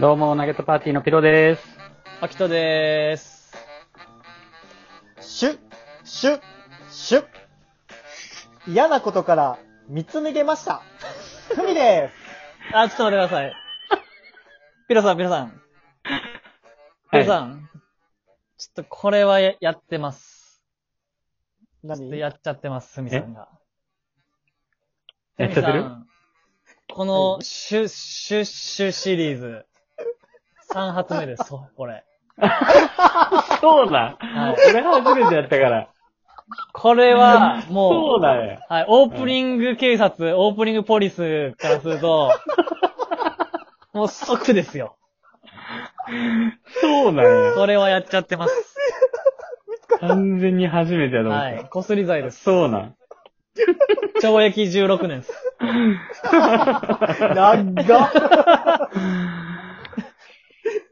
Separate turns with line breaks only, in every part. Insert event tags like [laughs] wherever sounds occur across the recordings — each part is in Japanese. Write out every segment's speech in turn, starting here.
どうも、ナゲットパーティーのピロです。
アキトでーす。
シュッ、シュッ、シュッ。嫌なことから見つめげました。ふみで
あ、ちょっと待っ
[laughs]
てください。ピロさん、ピロさん。ピロさん。ちょっとこれはややってます。
す。
ちょっと
何
やっちゃってます、ふみさんが。
えやっちゃってる
ふみさんこの、シュ、シュ、シュシリーズ。3発
[laughs]
目です、そうこれ。
そうだ
はい
俺初めてやったから。
これは、もう、
そうだよ。
はい、オープニング警察、オープニングポリスからする
[laughs]
と、もう即ですよ。
そうだよ。
これはやっちゃってます。
完全に初めてやと思った。
はい。こすり罪です。
そうなん。
懲役16年です。
長っ。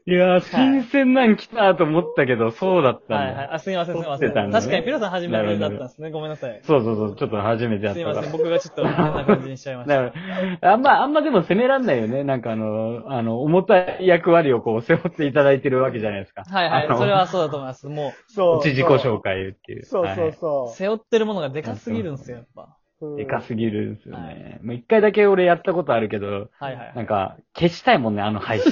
いやー、新鮮なん来たと思ったけど、そうだったんだ。
はいはい。あ、すみません、すみませ
撮ってたん
ん。
だね
確かに、ピロさん初めてだったんですね。ごめんなさい。
そうそうそう、ちょっと初めてやっ
す
た
み
か
ま
ら。
せん。僕がちょっと、こんな感じにしちゃいました。
だから、あんま、あんまでも責めらんないよね。なんかあの、あの、重たい役割をこう、背負っていただいてるわけじゃないですか。
はいは
あ
い。
の
それ。はそうだと思います。も
そう。
一時故障介っていう。
そうそう
う、
そ
背負ってるものがでかすぎるんですよ、やっぱ。
う。
でかすぎるんですよ
は
ね。もう一回だけ俺やったことあるけど、
はいはい
な
はい。
んか、消したいもんね、あの配信。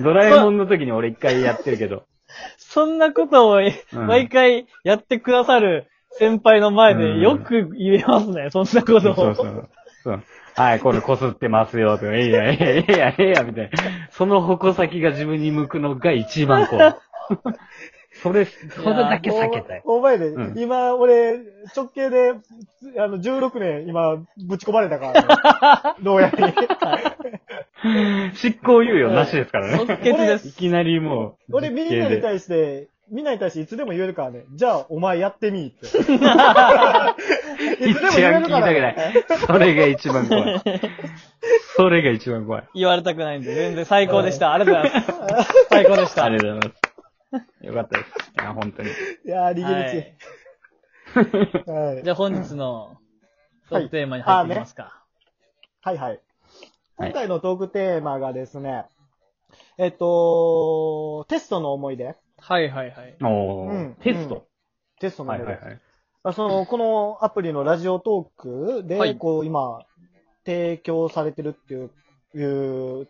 ドラえもんの時に俺一回やってるけど。
そんなことを、毎回やってくださる先輩の前
うん
でよく言えますね。そんなこ
そう
とを。
そうそう。そうはい、これこすってますよ、とか、えいやいやいやいやいや、みたいな。その矛先が自分に向くのが一番こう。それ、それだけ避けたい。
おお前で
う、ん
今、俺、直径で、あの、16年、今、ぶち込まれたから
[laughs]
ね。牢屋に。
執行猶予なしですからね。
即決で
い
す。
きなりもう。
俺、みんなに
い。
対して、みんなに対していつでも言えるからね。じゃあ、お前やって
[laughs]
みって。いつでも
一番
言え
聞
る
い
から、
たくない。それが一番怖い。それが一番怖い。
言われたくないんで、全然最高でした。ありがとうございます。最高でした。
ありがとうございます。よかったです。いや、本当に。
いやー、逃げ道。
はい
はい
じゃあ本日のト
はい
ークテーマに入っていきますか。
はいは
は
い。
い
今回のトークテーマがですね、えっと、テストの思い出。
はいはいはい。
おー、
うん
テスト、
テストの
は
思
い
い出。
はいはい。
まあその、このアプリのラジオトークで、
はい
こう今、提供されてるっていう、いう、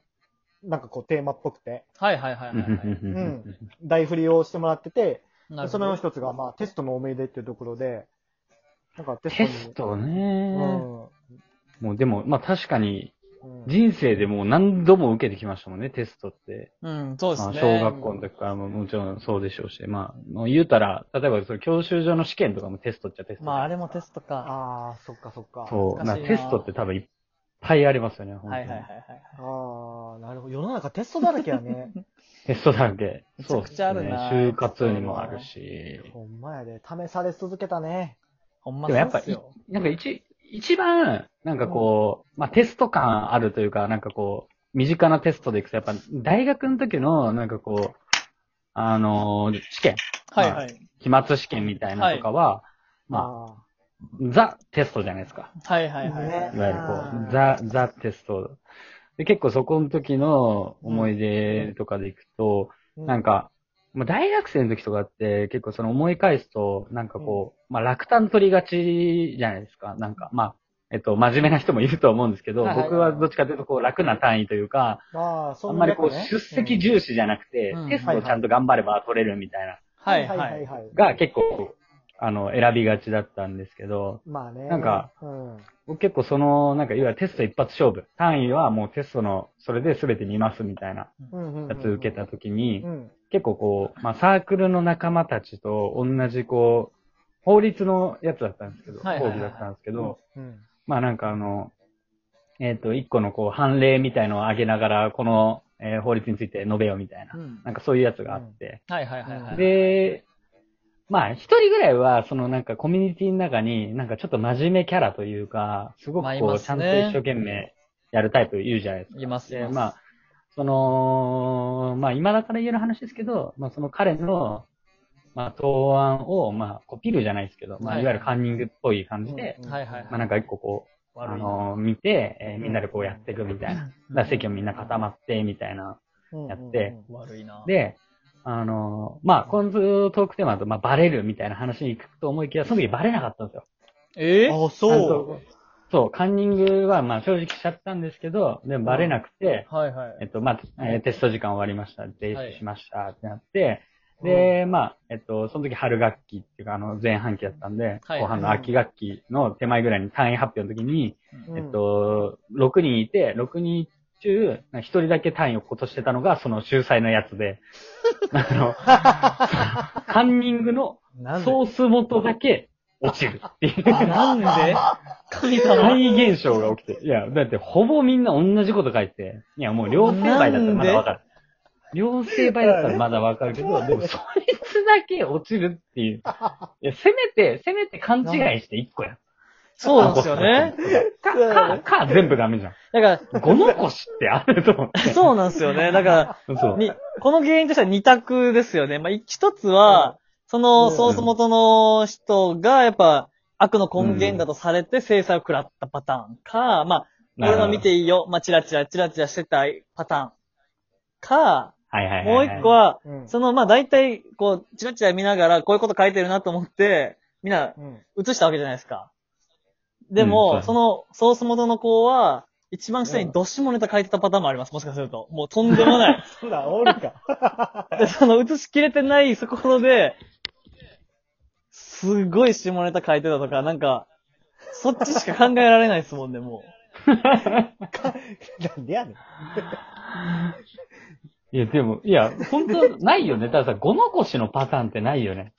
なんかこうテーマっぽくて、
はいはいはいは
う
い
ん
は
う
い。
んうんうん
台振りをしてもらってて、
なるほ
その
ど。
一つが、まあ、テストの思い出っていうところで、なんかテスト
テ
に。
ストね、
う
もうでも、まあ確かに、
ん。うん。
人生でもう何度も受けてきましたもんね、テストって。
うん、そうです
まあ、
ね。
小学校の時からももちろんそうでしょうし、まあ、もう言うたら、例えばその教習所の試験とかもテストっちゃテスト。
まああれもテストか。
ああ、そっかそっか。
そう。
懐か
な
しいな
テストって多分いっぱいありますよね、本当に。
はいはいはいはい。
ああ、なるほど。世の中テストだらけやね。
テストだらけ。
めちゃくちゃあるな
そうですね就活にもあるし。
ほんまやで、試され続けたね。
ほんま
でもやっ
そ
ぱ
うっすよ。
なんか一、一番、なんかこう、まあ、テスト感あるというか、なんかこう、身近なテストでいくと、やっぱ、大学の時の、なんかこう、あのー試験、
はいはい。
期末試験みたいなとかは、まあ、
ま
ザ・テストじゃないですか。
はいはいはいはい
ね
いわゆるこ
あ
う、ザ・ザ・テスト。で、結構そこの時の思い出とかでいくと、
あ、
なんか、まあ、大学生の時とかって結構その思い返すと、なんかこう、まあ落胆取りがちじゃないですか。なんか、まあ、えっと、真面目な人もいると思うんですけど、
はいはい
僕はどっちかというとこう楽な単位というか、
ああ、
あ
そ
ん
ん
ま
な
り
やつ
こう
ね
出席重視じゃなくて
う、ん
テストをちゃんと頑張れば取れるみたいな、
はいはい。
はい。
が結構、あの、選びがちだったんですけど、
まあね。
なんか、
うん。
僕結構その、なんかいわゆるテスト一発勝負、単位はもうテストの、それで全て見ますみたいな
うんうんうん
やつ受けた。時に
う、ん。
結構こう、まあ、サークルの仲間たちと同じこう、法律のやつだったんですけど、講
はいはいはい
義だったんですけど、
うん。
まあなんかあの、えっ、と、一個のこう、判例みたいのを上げながら、この、えー法律について述べようみたいな、
うん
なんかそういうやつがあって、
はいはいはいはい。
で、まあ一人ぐらいは、そのなんかコミュニティの中に、なんかちょっと真面目キャラというか、すごく
まあい
こう、
ます
ちゃんと
ね
一生懸命やるタイプいるじゃないですか。
います
で、
よ。
まあ、その、まあ今だから言える話ですけど、まあその彼の、ままあ、答案を、まあ、こうピルじゃないですけど、ま
は
あ、
い
いわゆるカンニングっぽい感じで、
うん
はいはいはい。
まあ、なんか一個こう、あ
悪いな
のー見て、えーみんなでこうやっていくみたいな。だから席をみんな固まって、みたいな。やって
悪いな。
で、あのーまあ、今ントークテーマだと、まあ、バレるみたいな話に行くと思いきや、その時バレなかったんですよ。
え
ち
あ、
ゃん
そう。
とそう、カンニングは、まあ、正直しちゃったんですけど、でもバレなくて、
はいはい。
えっと、まあ、えーテスト時間終わりました、提出しましたってなって、
うん
で、まあ、えっと、その時春学期っていうか、あの、前半期だったんで、
はい
後半の秋学期の手前ぐらいに単位発表の時に、
うん
えっと、6人いて、6人中、1人だけ単位を落としてたのが、その秀才のやつ
[laughs]
で、あの、カンニングの
なんで
ソース元だけ落ちるっていう。
なんで神様。
大現象が起きて。いや、だってほぼみんな同じこと書いて。いや、もう両成敗だったらまだわかる。両成敗だったらまだわかるけど、でもそいつだけ落ちるっていう。いや、せめて、せめて勘違いして一個や。
そうなんですよね。
か、か、か、全部ダメじゃん。
だか
五残しってあると思
ら、 [laughs] そうなんですよね。だか
う。そ
ら、
う。
に、この原因としては二択ですよね。まあ、一つは、その
うん
ソース元の人が、やっぱ、悪の根源だとされて制裁を食らったパターンか、まあ、俺の見ていいよ、まあ、チラチラチラチラしてたパターンか、
はいはいはい
もう
はい、
一個は、
うん
その、まあ、大体、こう、チラチラ見ながら、こういうこと書いてるなと思って、みんな、
うん
映したわけじゃないですか。で
うんそう
も、
です
そのソース元の子は、一番下にどっしもネタ書いてたパターンもあります。もしかすると。もうとんでもない。
そうだ、おるか。 [laughs]
で、 [laughs] その映しきれてないところで、すごい下ネタ書いてたとか、なんか、そっちしか考えられないですもんね、も
なんでやねん。
いや、でも、いや、本当ないよね。たださ、五残しのパターンってないよね。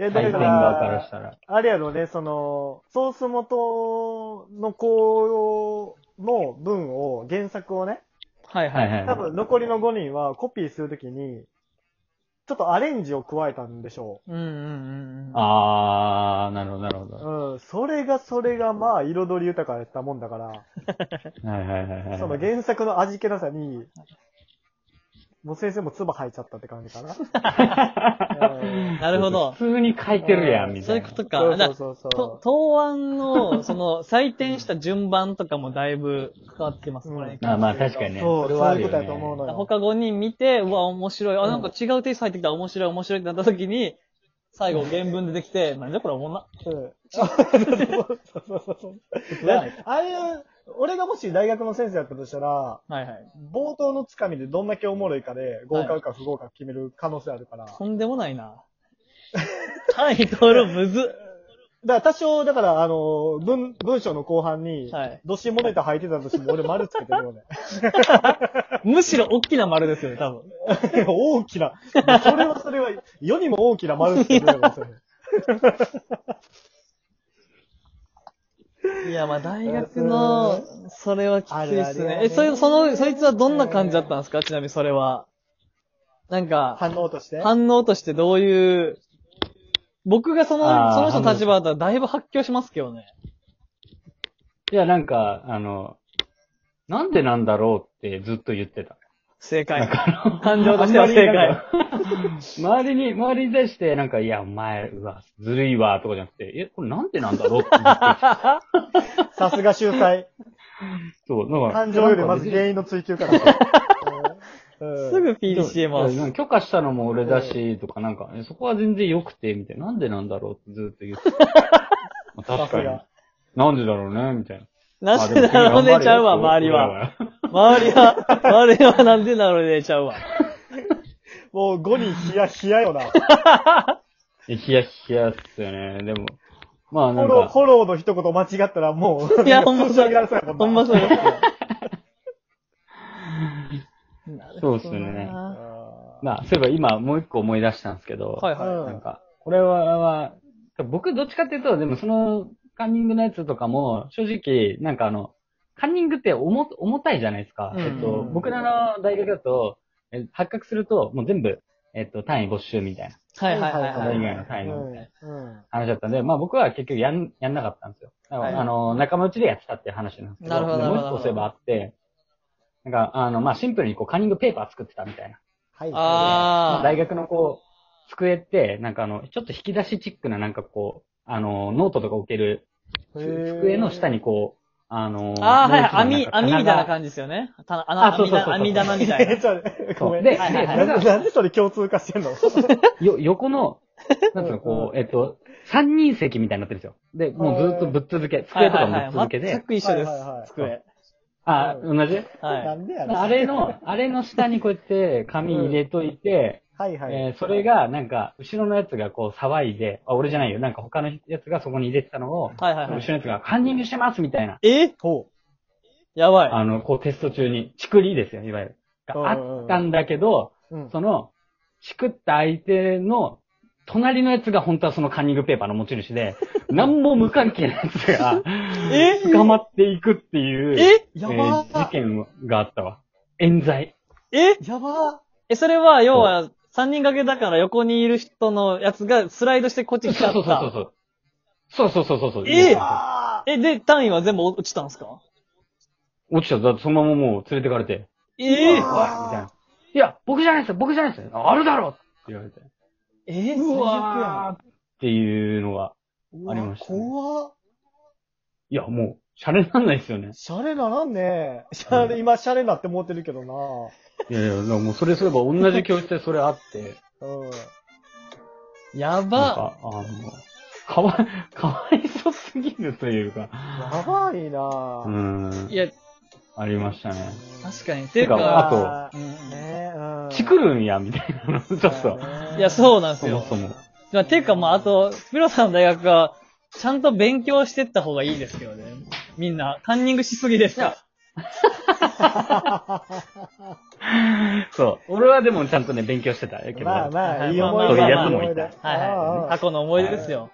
いや、
回
だ
転
か
側からした
ら、
ら。
あれやろね、その、ソース元の子の文を、原作をね、
う。はい
は
はいい。
はい。
多分残りの5人はコピーするときに、ちょっとアレンジを加えたんでしょ
うんうんうんうん。
あー、なるほど、なるほ
う。
ど。
うん、それがそれがまあ、彩り豊かやったもんだから、
はいはいはいはい。
その原作の味気なさに、もう先生も唾吐いちゃったって感
[laughs]
じかな。うん
なるほど。
普通に書いてるやん、みた
そうい
いうな。
ことか。
そう
だ
そうそう
と
そ
答案の、その、採点した順番とかもだいぶ関わってきます、これに
まあまあ確かに
う。
ね。
そう、
れ
そ
はあ
うい
る
う
よ
こと
ね
やと思うのよ。
他5人見て、うわ、面白い。
う
あ、
ん
なんか違うテイスト入ってきた。面白い、面白いってなった時に、最後原文出てきて、なんじゃこれおもんな。
うんそうそうそうそう。だ
[laughs]
ってあれ、俺がもし大学の先生だったとしたら、
はいはい。
冒頭のつかみでどんだけおもろいかで、合格か不合格決める可能性あるから。
とんでもないな。タイトルむずっ。
だから多少、だから、あの、文、文章の後半に
はい、
どしもネタ入ってたとしても、俺丸つけてるよね。 [laughs]
むしろ大きな丸ですよね、多分。
大きな、それはそれは、世にも大きな丸つけてるよね。それ
いや、まあ大学の、それはきついっす
あるある
ね
よ。ね
え、それ、その、そいつはどんな感じだったんですかちなみにそれは。なんか、
反応として。
反応としてどういう、僕がその、
あー
その人の立場だったらだいぶ発狂しますけどね。
いや、なんか、あの、なんでなんだろうってずっと言ってた。
正解。感情としては正解。
周りに、周りに対して、なんか、いや、お前、うわ、ずるいわ、とかじゃなくて、え、これなんでなんだろうってずっと言ってた。
さすが秀才。
そう、なんか。
感情よりまず原因の追求から。
[laughs]
す
すぐ PDCM
そうな
を。
んか許可したのも俺だし、とかなんか、えそこは全然良くて、みたいな。なんでなんだろうってずっと言ってた。
[laughs]
まあ確かに。なんでだろうね、みたいな。
なんでだろうねちゃうわ、周りは。。
[laughs]
周りは、周りはなんでだろうねちゃうわ。
もう5人ヒヤヒヤよな。フ
えヒヤヒヤっすよね。でも、まあな
ォ
ん
ロー、
か
フ、ォローの一言間違ったらもう、
いや、ほんま
そ
そうう。ほんまそうですよ。
そうっすね。
は
まあ、そういえば今もう一個思い出したんですけど、
いは
なんか、これは、僕どっちかっていうと、でもそのカンニングのやつとかも、正直、なんかあの、カンニングって重重たいじゃないですか。
うん
えっと、僕らの大学だと、え発覚すると、もう全部、えっと、単位没収みたいな。
い。はいはいはい
そ
は
れ以
い。
外の単位のみたいな
うん。
話だったんで、まあ僕は結局やん、やんなかったんですよ。だから
はい
あの、仲間内でやってたっていう話なんですけど、
なるほど
でもう
なる
一
ほ
個
ど
そういえばあって、なんか、あの、まあシンプルにこう、カンニングペーパー作ってたみたいな。
はい。
あー
大学のこう、机って、なんかあの、ちょっと引き出しチックななんかこう、あの、ノートとか置ける、机の下にこう、あの、
ああ、はいはい。
もう一
網、
つの
網みたいな
なんか
感じですよね。たあ
あ
の、
そう
網
そうそう
だ
そう
網玉みたいな
[laughs] え、。ちょ、ごめん。
で
はい
で
はいはいなんでそれ共通化してんの
棚がよ、横
[laughs]
の、なんつうの、こう、えっと、三人席みたいになってるんですよ。で、もうずっとぶっ続け、机とかもぶっ続けで、
全く一緒です。
はいはいはい
机。
あ、同じ
は。
ないんでやねん
あれの、あれの下にこうやって紙入れといて、
はいはい。
えーそれがなんか、後ろのやつがこう騒いで、あ、俺じゃないよ。なんか他のやつがそこに入れてたのを、
はいはいは
後ろ
い。
のやつがカンニングしてますみたいな。
え
ほ
やばい。
あの、こうテスト中に、チクリですよ、いわゆる。が
うんう
あ
んうん
ったんだけど、
う。うん。
その、チクった相手の、隣のやつが本当はそのカンニングペーパーの持ち主
[laughs]
で、なんも無関係なやつが、
え
捕まっていくっていう、
え
え
やば
ー
ー
事件があったわ。冤罪。
え
やば
え、それは、要は、三人掛けだから横にいる人のやつがスライドしてこっ
そ
ち
う
来ちゃ
そう
っ
そう
た。
そう。そうそうそうそうそう。
え
ー
え
[laughs]
あ
え、で、単位は全部落ちたんですか
落ちちゃった。だってそのままもう連れてかれて。
え
おいみたいな。いや、僕じゃないですよ、僕じゃないですよ。ああるだろうって言われて。
え
う
わーっていうのが、
ーう
あり
わ
ましたね
怖っ。
いや、もう、シャレになんないですよ
[laughs]
ね。
シャレならんね。シャレ、今シャレなって思ってるけどな。
いやいや、だからもうそれすれば同じ教室でそれあって、
うん。
や
なん
ば。
か、あの、かわ、 [laughs] かわいそうすぎるというか、
やばいうな。
ん
い、や、
ありましたね。
確かに。て
てか
か、
あ
と
うん
ねうん。
チクるんや、みたいなの、ちょっと、
と
いや、そうなんです
そ
よ
も。そも。
まあ、ていうか、まあ、あと、ピロさんの大学は、ちゃんと勉強してった方がいいですけどね。みんな、カンニングしすぎですか
そう。俺はでもちゃんとね、勉強してたけど。
まあまあ、いい
まあまあ
思い出。
そういうやつ
もいた
思出
ら。はい
あ
はい。
あああ
過去の思い出ですよ。